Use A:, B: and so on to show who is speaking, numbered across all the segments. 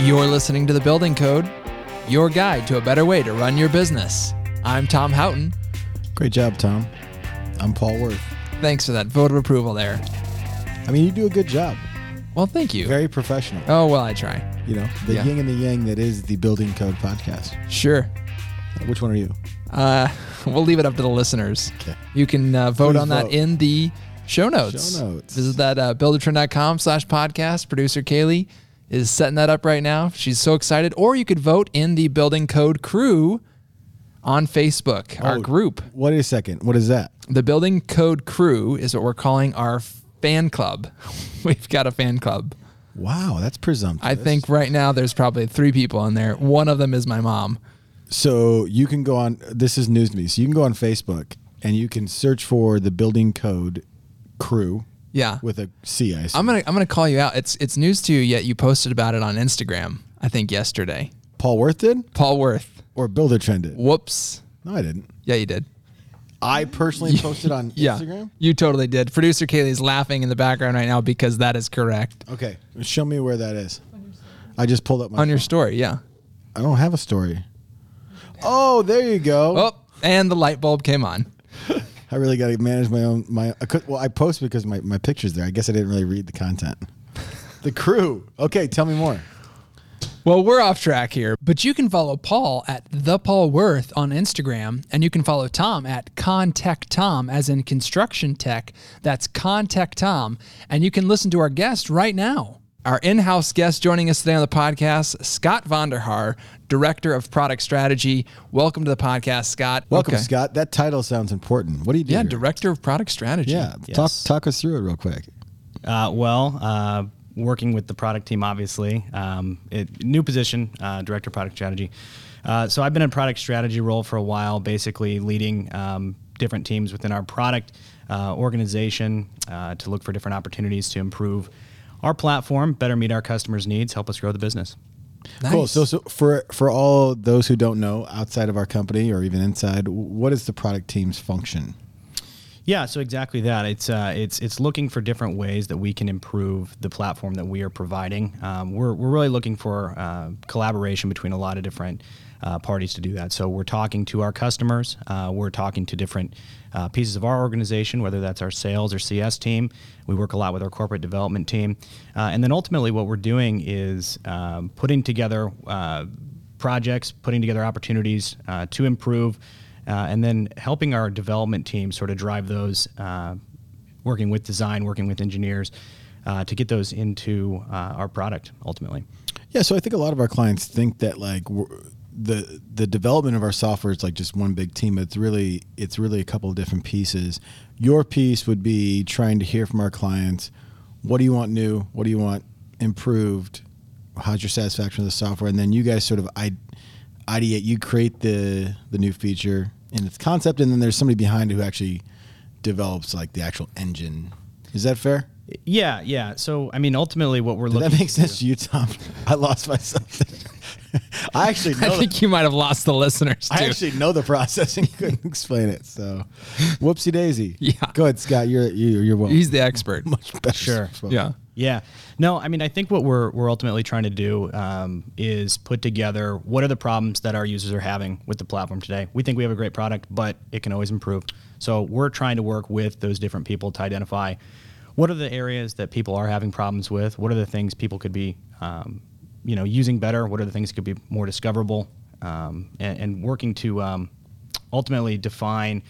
A: You're listening to The Building Code, your guide to a better way to run your business. I'm Tom Houghton.
B: Great job, Tom. I'm Paul Worth.
A: Thanks for that vote of approval there.
B: I mean, you do a good job.
A: Well, thank you.
B: Very professional.
A: oh, well, I try.
B: You know, the
A: Yeah.
B: yin and the yang that is the Building Code podcast.
A: Sure.
B: Which one are you?
A: Uh, we'll leave it up to the listeners.
B: Okay.
A: You can uh, vote
B: Please
A: on that
B: vote.
A: in the show notes.
B: Show notes.
A: Visit that uh, buildertrend.com slash podcast. Producer Kaylee is setting that up right now. She's so excited. Or you could vote in the Building Code Crew on Facebook, our
B: Oh.
A: group.
B: Wait a second. What is that?
A: The Building Code Crew is what we're calling our fan club. We've got a fan club.
B: Wow, that's presumptuous.
A: I think right now there's probably three people in there. One of them is my mom.
B: so. You can go on. This is news to me. So you can go on Facebook and you can search for the Building Code crew
A: Yeah.
B: with a C. I see.
A: I'm gonna I'm gonna call you out. It's it's news to you, yet you posted about it on Instagram, I think yesterday.
B: Paul Worth did
A: Paul Worth.
B: or Builder Trend did?
A: Whoops.
B: No, I didn't.
A: Yeah, you did.
B: I personally posted on
A: Yeah.
B: Instagram.
A: You totally did. Producer Kaylee's laughing in the background right now because that is correct.
B: Okay, show me where that is. I just pulled up my.
A: On your story, yeah.
B: I don't have a story. Oh, there you go.
A: Oh, and the light bulb came on.
B: I really got to manage my own. My I could, well, I post because my my pictures there. I guess I didn't really read the content. the crew. Okay, tell me more.
A: Well, we're off track here, but you can follow Paul at the Paul Worth on Instagram, and you can follow Tom at Contech Tom, as in construction tech. That's Contech Tom, and you can listen to our guest right now. Our in-house guest joining us today on the podcast, Scott Vonderhaar, director of product strategy. Welcome to the podcast, Scott.
B: Welcome,
A: Okay.
B: Scott. That title sounds important. What do you do?
A: Yeah,
B: here?
A: director of product strategy.
B: Yeah,
C: Yes.
B: talk talk us through it real quick.
C: Uh, well, uh, working with the product team, obviously, um, it, new position, uh, director of product strategy. Uh, so I've been in product strategy role for a while, basically leading um, different teams within our product uh, organization uh, to look for different opportunities to improve our platform, better meet our customers' needs, help us grow the business.
A: Nice.
B: Cool. So, so for for all those who don't know, outside of our company or even inside, what is the product team's function?
C: Yeah, so exactly that. It's uh, it's it's looking for different ways that we can improve the platform that we are providing. Um, we're we're really looking for uh, collaboration between a lot of different. Uh, parties to do that. So we're talking to our customers. Uh, we're talking to different uh, pieces of our organization, whether that's our sales or CS team. We work a lot with our corporate development team, uh, and then ultimately what we're doing is um, putting together uh, projects, putting together opportunities uh, to improve uh, and then helping our development team sort of drive those, uh, working with design, working with engineers uh, to get those into uh, our product ultimately.
B: Yeah, so I think a lot of our clients think that like we're- the the development of our software is like just one big team. It's really it's really a couple of different pieces. Your piece would be trying to hear from our clients, what do you want new? What do you want improved? How's your satisfaction with the software? And then you guys sort of id- ideate. You create the the new feature and its concept, and then there's somebody behind who actually develops like the actual engine. Is that fair?
C: Yeah, yeah. So I mean, ultimately, what we're
B: Did
C: looking
B: that make sense to you, Tom? I lost myself. there. I actually know.
A: I think you might have lost the listeners too.
B: I actually know the process and couldn't explain it. So, whoopsie daisy.
A: Yeah.
B: Go ahead, Scott. You're you, you're welcome.
A: He's the expert.
B: much better.
C: Sure.
B: spoken.
A: Yeah.
C: Yeah. No, I mean, I think what we're, we're ultimately trying to do um, is put together what are the problems that our users are having with the platform today. We think we have a great product, but it can always improve. So we're trying to work with those different people to identify what are the areas that people are having problems with, what are the things people could be, um, you know, using better, what are the things that could be more discoverable, um, and, and working to um, ultimately define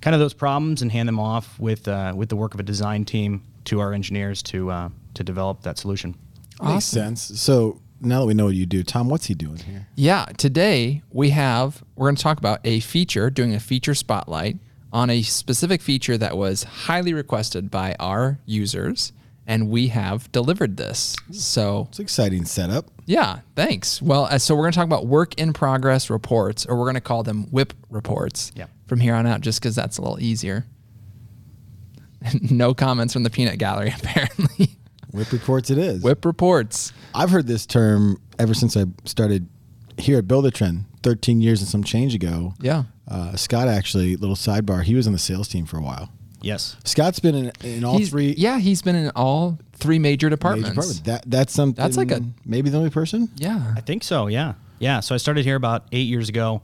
C: kind of those problems and hand them off with uh, with the work of a design team to our engineers to uh, to develop that solution.
B: Makes sense. So now that we know what you do, Tom, what's he doing here?
A: Yeah, today we have we're going to talk about a feature, doing a feature spotlight on a specific feature that was highly requested by our users and we have delivered this. So,
B: It's an exciting setup.
A: yeah, thanks. Well, uh, so we're going to talk about work in progress reports or we're going to call them whip reports
C: Yep.
A: from here on out just cuz that's a little easier. no comments from the peanut gallery apparently.
B: Whip reports it is.
A: whip reports.
B: I've heard this term ever since I started here at Build a Trend 13 years and some change ago.
A: Yeah.
B: Uh, Scott actually, little sidebar, he was on the sales team for a while.
C: Yes.
B: Scott's been in, in all
A: He's-
B: three
A: Yeah, he's been in all three major
B: major
A: departments.
B: departments. That that's something.
A: That's like a-
B: maybe the only person.
A: Yeah.
C: I think so. Yeah, yeah. So I started here about eight years ago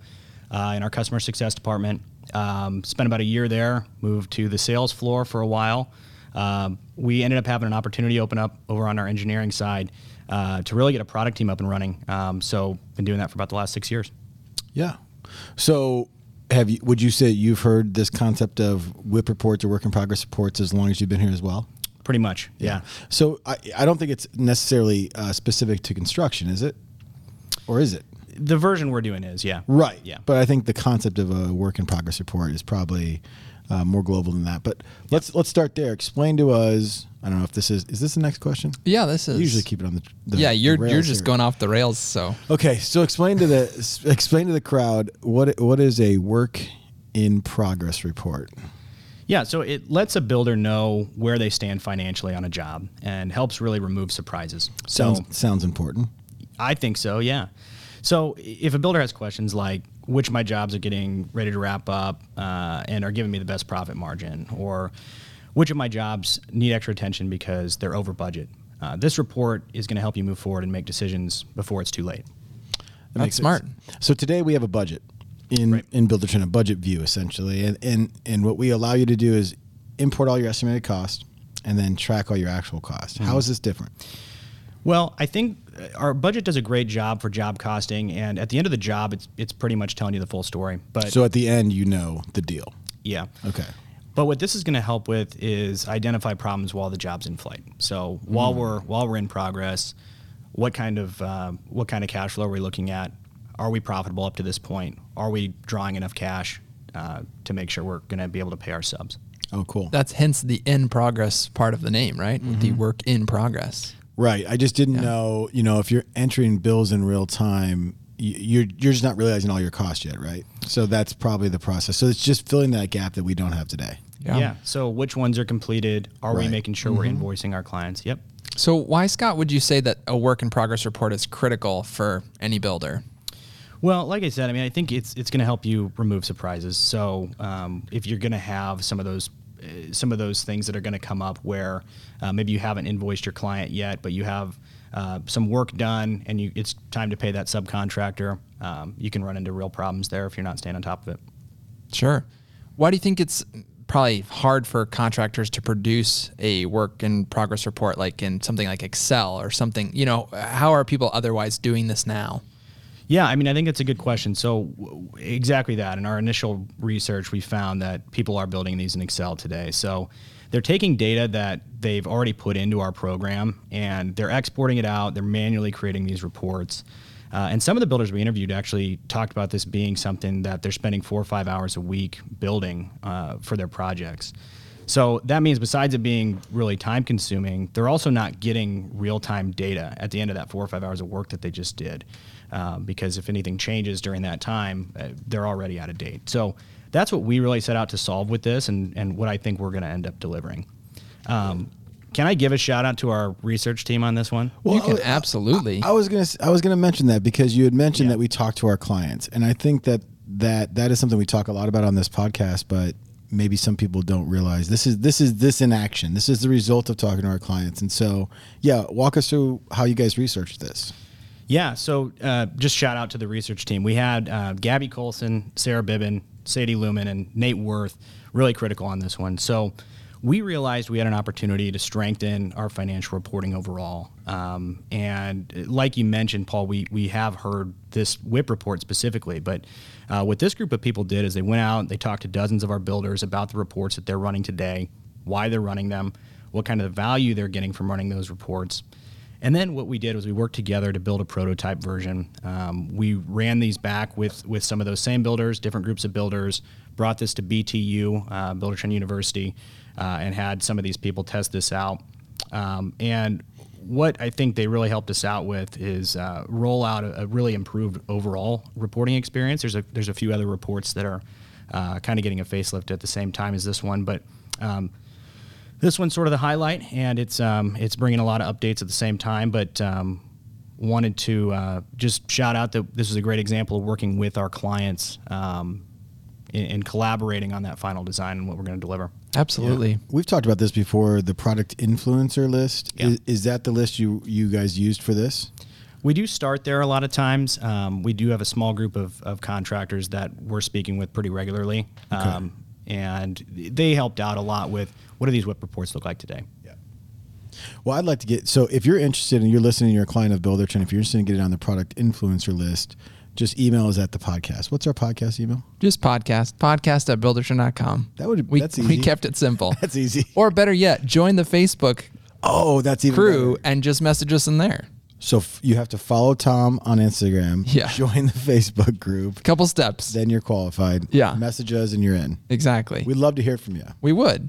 C: uh, in our customer success department. Um, spent about a year there. Moved to the sales floor for a while. Um, we ended up having an opportunity open up over on our engineering side uh, to really get a product team up and running. Um, so been doing that for about the last six years.
B: Yeah. So have you? Would you say you've heard this concept of whip reports or work in progress reports as long as you've been here as well?
C: Pretty much. Yeah.
B: So I, I don't think it's necessarily uh, specific to construction, is it? Or is it?
C: The version we're doing is yeah.
B: Right.
C: Yeah.
B: But I think the concept of a work in progress report is probably uh, more global than that. But let's let's start there. Explain to us. I don't know if this is is this the next question.
A: Yeah, this is
B: You usually keep it on the. the
A: Yeah, you're
B: the
A: you're
B: rails
A: just
B: here.
A: going off the rails. So
B: Okay, so explain to the s- explain to the crowd what what is a work in progress report.
C: Yeah, so it lets a builder know where they stand financially on a job and helps really remove surprises. So
B: Sounds sounds important.
C: I think so, yeah. So if a builder has questions like which of my jobs are getting ready to wrap up uh, and are giving me the best profit margin, or which of my jobs need extra attention because they're over budget, uh, this report is going to help you move forward and make decisions before it's too late.
B: That
A: That's
B: makes sense.
A: smart.
B: So today we have a budget in in Builder Trend, a budget view essentially, and and and what we allow you to do is import all your estimated cost and then track all your actual cost.
A: Hmm.
B: How is this different?
C: Well, I think uh, our budget does a great job for job costing, and at the end of the job, it's it's pretty much telling you the full story. But
B: So at the end, you know the deal.
C: yeah,
B: Okay.
C: But what this is going to help with is identify problems while the job's in flight. So while we're while we're in progress, what kind of uh, what kind of cash flow are we looking at? Are we profitable up to this point? Are we drawing enough cash uh, to make sure we're going to be able to pay our subs?
B: Oh, cool.
A: that's hence the in progress part of the name, right? The work in progress.
B: Right. I just didn't know. You know, if you're entering bills in real time, y- you're you're just not realizing all your costs yet, right? So that's probably the process. So it's just filling that gap that we don't have today.
C: So which ones are completed? Are we
B: Right.
C: making sure we're invoicing our clients? Yep.
A: So why, Scott, would you say that a work in progress report is critical for any builder?
C: Well, like I said, I mean, I think it's it's going to help you remove surprises. So um, if you're going to have some of those uh, some of those things that are going to come up where uh, maybe you haven't invoiced your client yet, but you have uh, some work done and you, it's time to pay that subcontractor, um, you can run into real problems there if you're not staying on top of it.
A: Sure. Why do you think it's probably hard for contractors to produce a work in progress report like in something like Excel or something? You know, how are people otherwise doing this now?
C: Yeah, I mean, I think that's a good question. So, w- exactly that. In our initial research, we found that people are building these in Excel today. So, they're taking data that they've already put into our program and they're exporting it out. They're manually creating these reports. Uh, and some of the builders we interviewed actually talked about this being something that they're spending four or five hours a week building uh, for their projects. So that means besides it being really time consuming, they're also not getting real time data at the end of that four or five hours of work that they just did. Um, because if anything changes during that time, uh, they're already out of date. So that's what we really set out to solve with this and, and what I think we're going to end up delivering. Um, can I give a shout out to our research team on this one?
A: you
B: I
A: can
B: was-
A: absolutely.
B: I was gonna s- I was gonna mention that because you had mentioned that we talk to our clients, and I think that that that is something we talk a lot about on this podcast, but maybe some people don't realize this is this is this in action. This is the result of talking to our clients, and so yeah, walk us through how you guys researched this.
C: Yeah. So uh, just shout out to the research team. We had uh, Gabby Colson, Sarah Bibbin, Sadie Lumen, and Nate Worth really critical on this one. So we realized we had an opportunity to strengthen our financial reporting overall. Um, and like you mentioned, Paul, we, we have heard this WIP report specifically, but uh, what this group of people did is they went out, they talked to dozens of our builders about the reports that they're running today, why they're running them, what kind of value they're getting from running those reports. And then what we did was we worked together to build a prototype version. Um, we ran these back with with some of those same builders, different groups of builders. Brought this to BTU, uh, Builder Trend University, uh, and had some of these people test this out. Um, and what I think they really helped us out with is uh, roll out a, a really improved overall reporting experience. There's a there's a few other reports that are uh, kind of getting a facelift at the same time as this one, but um, this one's sort of the highlight, and it's um, it's bringing a lot of updates at the same time. But um, wanted to uh, just shout out that this is a great example of working with our clients um, in, in collaborating on that final design and what we're going to deliver.
A: Absolutely.
B: We've talked about this before. The product influencer list is, is that the list you you guys used for this?
C: We do start there a lot of times. Um, we do have a small group of, of contractors that we're speaking with pretty regularly. Um, and they helped out a lot with what do these whip reports look like today?
B: Yeah. Well, I'd like to get so if you're interested and you're listening, you're a client of Builderton. If you're interested in getting on the product influencer list, just email us at the podcast. What's our podcast email?
A: Just podcast. Podcast at builderson.com.
B: That would-
A: we,
B: that's
A: We
B: easy.
A: kept it simple.
B: That's easy.
A: Or better yet, join the Facebook
B: Oh, that's even
A: crew
B: better.
A: and just message us in there.
B: So f- you have to follow Tom on Instagram.
A: Yeah.
B: Join the Facebook group.
A: Couple steps.
B: Then you're qualified.
A: Yeah.
B: Message us and you're in.
A: exactly.
B: We'd love to hear from you.
A: We would.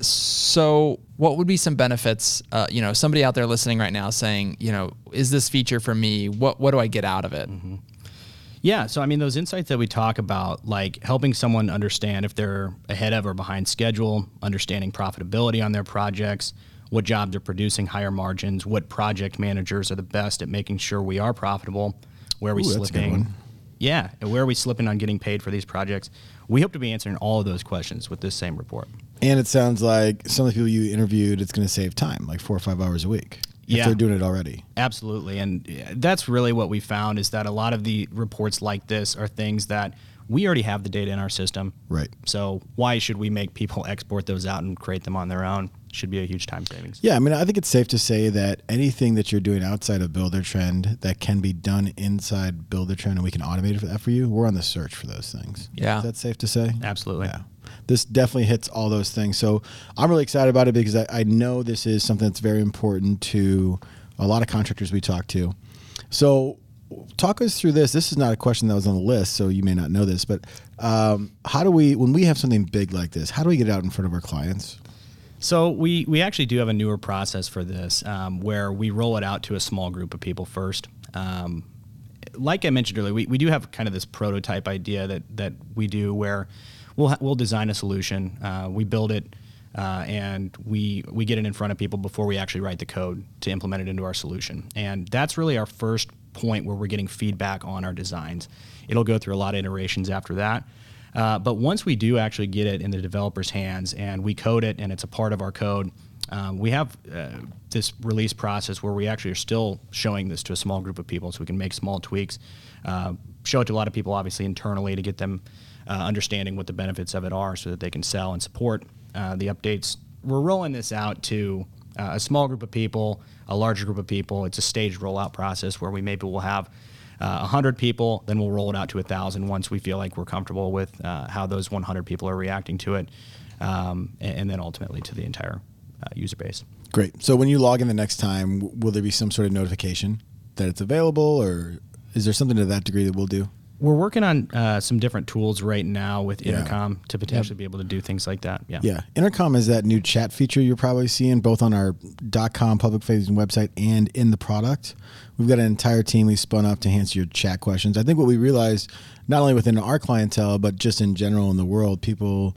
A: So, what would be some benefits? Uh, you know, somebody out there listening right now saying, you know, is this feature for me? What What do I get out of it?
B: Mm-hmm.
C: Yeah, so I mean, those insights that we talk about, like helping someone understand if they're ahead of or behind schedule, understanding profitability on their projects, what jobs are producing higher margins, what project managers are the best at making sure we are profitable, where are we
B: Ooh, that's a good
C: slipping.
B: one.
C: Yeah, and where are we slipping on getting paid for these projects? We hope to be answering all of those questions with this same report.
B: And it sounds like some of the people you interviewed, it's going to save time, like four or five hours a week. If
C: Yeah.
B: they're doing it already.
C: Absolutely, and uh, that's really what we found is that a lot of the reports like this are things that we already have the data in our system.
B: Right.
C: So why should we make people export those out and create them on their own? Should be a huge time savings.
B: Yeah, I mean, I think it's safe to say that anything that you're doing outside of Builder Trend that can be done inside Builder Trend and we can automate that for you, we're on the search for those things.
A: Yeah.
B: Is that safe to say?
C: Absolutely.
B: Yeah. This definitely hits all those things. So I'm really excited about it because I, I know this is something that's very important to a lot of contractors we talk to. So talk us through this. This is not a question that was on the list, so you may not know this, but um, how do we, when we have something big like this, how do we get it out in front of our clients?
C: So we we actually do have a newer process for this, um, where we roll it out to a small group of people first. Um, like I mentioned earlier, we, we do have kind of this prototype idea that that we do where we'll ha- we'll design a solution, uh, we build it, uh, and we we get it in front of people before we actually write the code to implement it into our solution, and that's really our first point where we're getting feedback on our designs. It'll go through a lot of iterations after that. Uh, but once we do actually get it in the developer's hands and we code it and it's a part of our code, um, we have uh, this release process where we actually are still showing this to a small group of people so we can make small tweaks, uh, show it to a lot of people, obviously, internally to get them uh, understanding what the benefits of it are so that they can sell and support uh, the updates. We're rolling this out to uh, a small group of people, a larger group of people. It's a staged rollout process where we maybe will have uh, 100 people, then we'll roll it out to 1,000 once we feel like we're comfortable with uh, how those 100 people are reacting to it, um, a- and, then ultimately to the entire uh, user base.
B: Great. So when you log in the next time, w- will there be some sort of notification that it's available, or is there something to that degree that we'll do?
C: We're working on uh, some different tools right now with
B: Yeah.
C: Intercom to potentially be able to do things like that. Yeah.
B: Yeah, Intercom is that new chat feature you're probably seeing both on our .com public facing website and in the product. We've got an entire team we spun up to answer your chat questions. I think what we realized, not only within our clientele but just in general in the world, people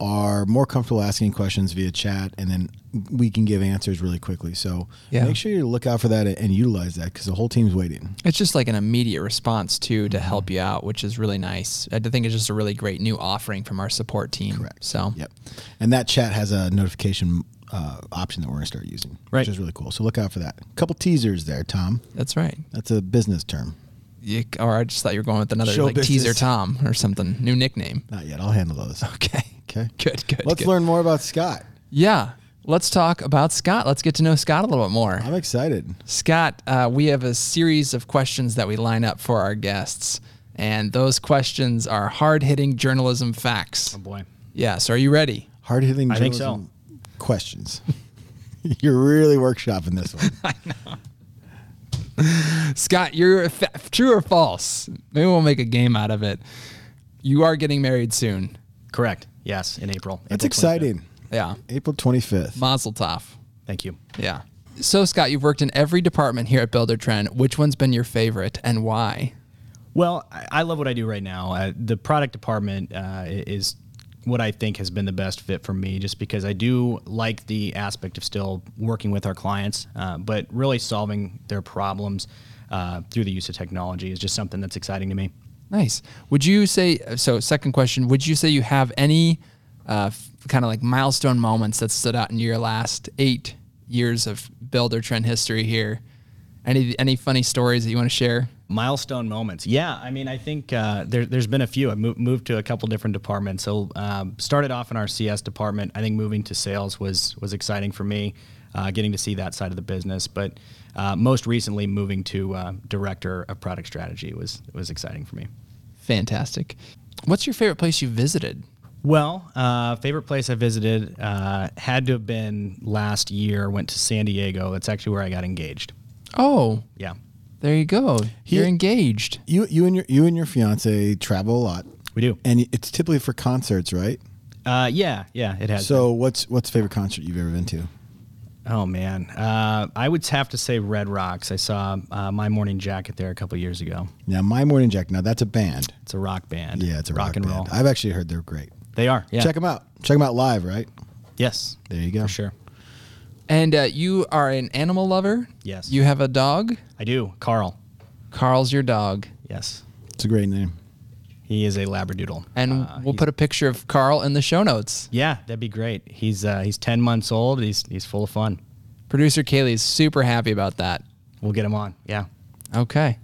B: are more comfortable asking questions via chat, and then we can give answers really quickly. So
A: Yeah.
B: make sure you look out for that and utilize that because the whole team's waiting.
A: It's just like an immediate response too to help
B: Mm-hmm.
A: you out, which is really nice. I think it's just a really great new offering from our support team.
B: Correct.
A: So,
B: Yep. And that chat has a notification uh, option that we're going to start using,
C: Right.
B: which is really cool. So look out for that. couple teasers there, Tom.
A: that's right.
B: That's a business term.
A: You, or I just thought you were going with another
B: Show
A: like teaser
B: business.
A: Tom or something. New nickname.
B: Not yet. I'll handle those.
A: Okay.
B: Okay.
A: Good. Good.
B: Let's
A: good.
B: learn more about Scott.
A: Yeah. Let's talk about Scott. Let's get to know Scott a little bit more.
B: I'm excited.
A: Scott, uh, we have a series of questions that we line up for our guests, and those questions are hard-hitting journalism facts.
C: Oh boy.
A: Yeah, so are you ready?
B: Hard hitting
C: I think so.
B: questions. You're really workshopping this one.
A: Scott, you're a fa- true or false? Maybe we'll make a game out of it. You are getting married soon.
C: Correct. Yes, in April.
B: That's
C: April 25th.
B: exciting.
A: Yeah,
B: April 25th.
A: Mazel Tov.
C: Thank you.
A: Yeah. So Scott, you've worked in every department here at Builder Trend. Which one's been your favorite, and why?
C: Well, I I love what I do right now. Uh, the product department uh, i- is what I think has been the best fit for me, just because I do like the aspect of still working with our clients, uh, but really solving their problems uh, through the use of technology is just something that's exciting to me.
A: Nice. Would you say so? Second question: Would you say you have any uh, kind of like milestone moments that stood out in your last eight years of builder trend history here? Any any funny stories that you want to share?
C: milestone moments yeah i mean i think uh, there, there's been a few i moved, moved to a couple different departments so um, started off in our cs department i think moving to sales was was exciting for me uh, getting to see that side of the business but uh, most recently moving to uh, director of product strategy was was exciting for me
A: Fantastic. What's your favorite place you visited?
C: Well, uh, favorite place I visited uh, had to have been last year. Went to San Diego. That's actually where I got engaged.
A: Oh,
C: Yeah,
A: there you go. You're
B: He-
A: engaged.
B: You you and your you and your fiance travel a lot,
C: we do.
B: and it's typically for concerts, right?
C: Uh, yeah, yeah, it has.
B: So what's what's the favorite concert you've ever been to?
C: oh man, uh, I would have to say Red Rocks. I saw uh, My Morning Jacket there a couple years ago.
B: Now, My Morning Jack. Now that's a band.
C: It's a rock band.
B: Yeah, it's a
C: rock,
B: rock,
C: and
B: band.
C: roll.
B: I've actually heard they're great.
C: they are. Yeah.
B: Check them out. Check them out live, right?
C: Yes.
B: There you go.
C: For sure.
A: And uh, you are an animal lover.
C: Yes.
A: You have a dog.
C: I do. Carl.
A: Carl's your dog.
C: Yes.
B: It's a great name.
C: He is a labradoodle.
A: And we'll put a picture of Carl in the show notes.
C: yeah, that'd be great. He's uh, he's ten months old. He's he's full of fun.
A: Producer Kaylee is super happy about that.
C: We'll get him on. Yeah.
A: Okay.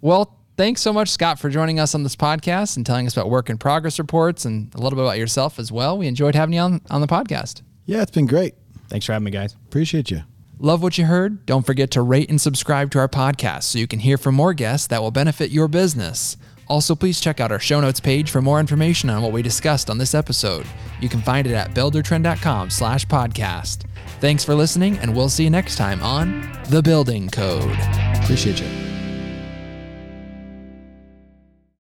A: Well, thanks so much, Scott, for joining us on this podcast and telling us about work in progress reports and a little bit about yourself as well. We enjoyed having you on, on the podcast.
B: Yeah, it's been great.
C: Thanks for having me, guys.
B: Appreciate you.
A: Love what you heard? Don't forget to rate and subscribe to our podcast so you can hear from more guests that will benefit your business. Also, please check out our show notes page for more information on what we discussed on this episode. You can find it at buildertrend.com slash podcast. Thanks for listening, and we'll see you next time on The Building Code.
B: Appreciate you.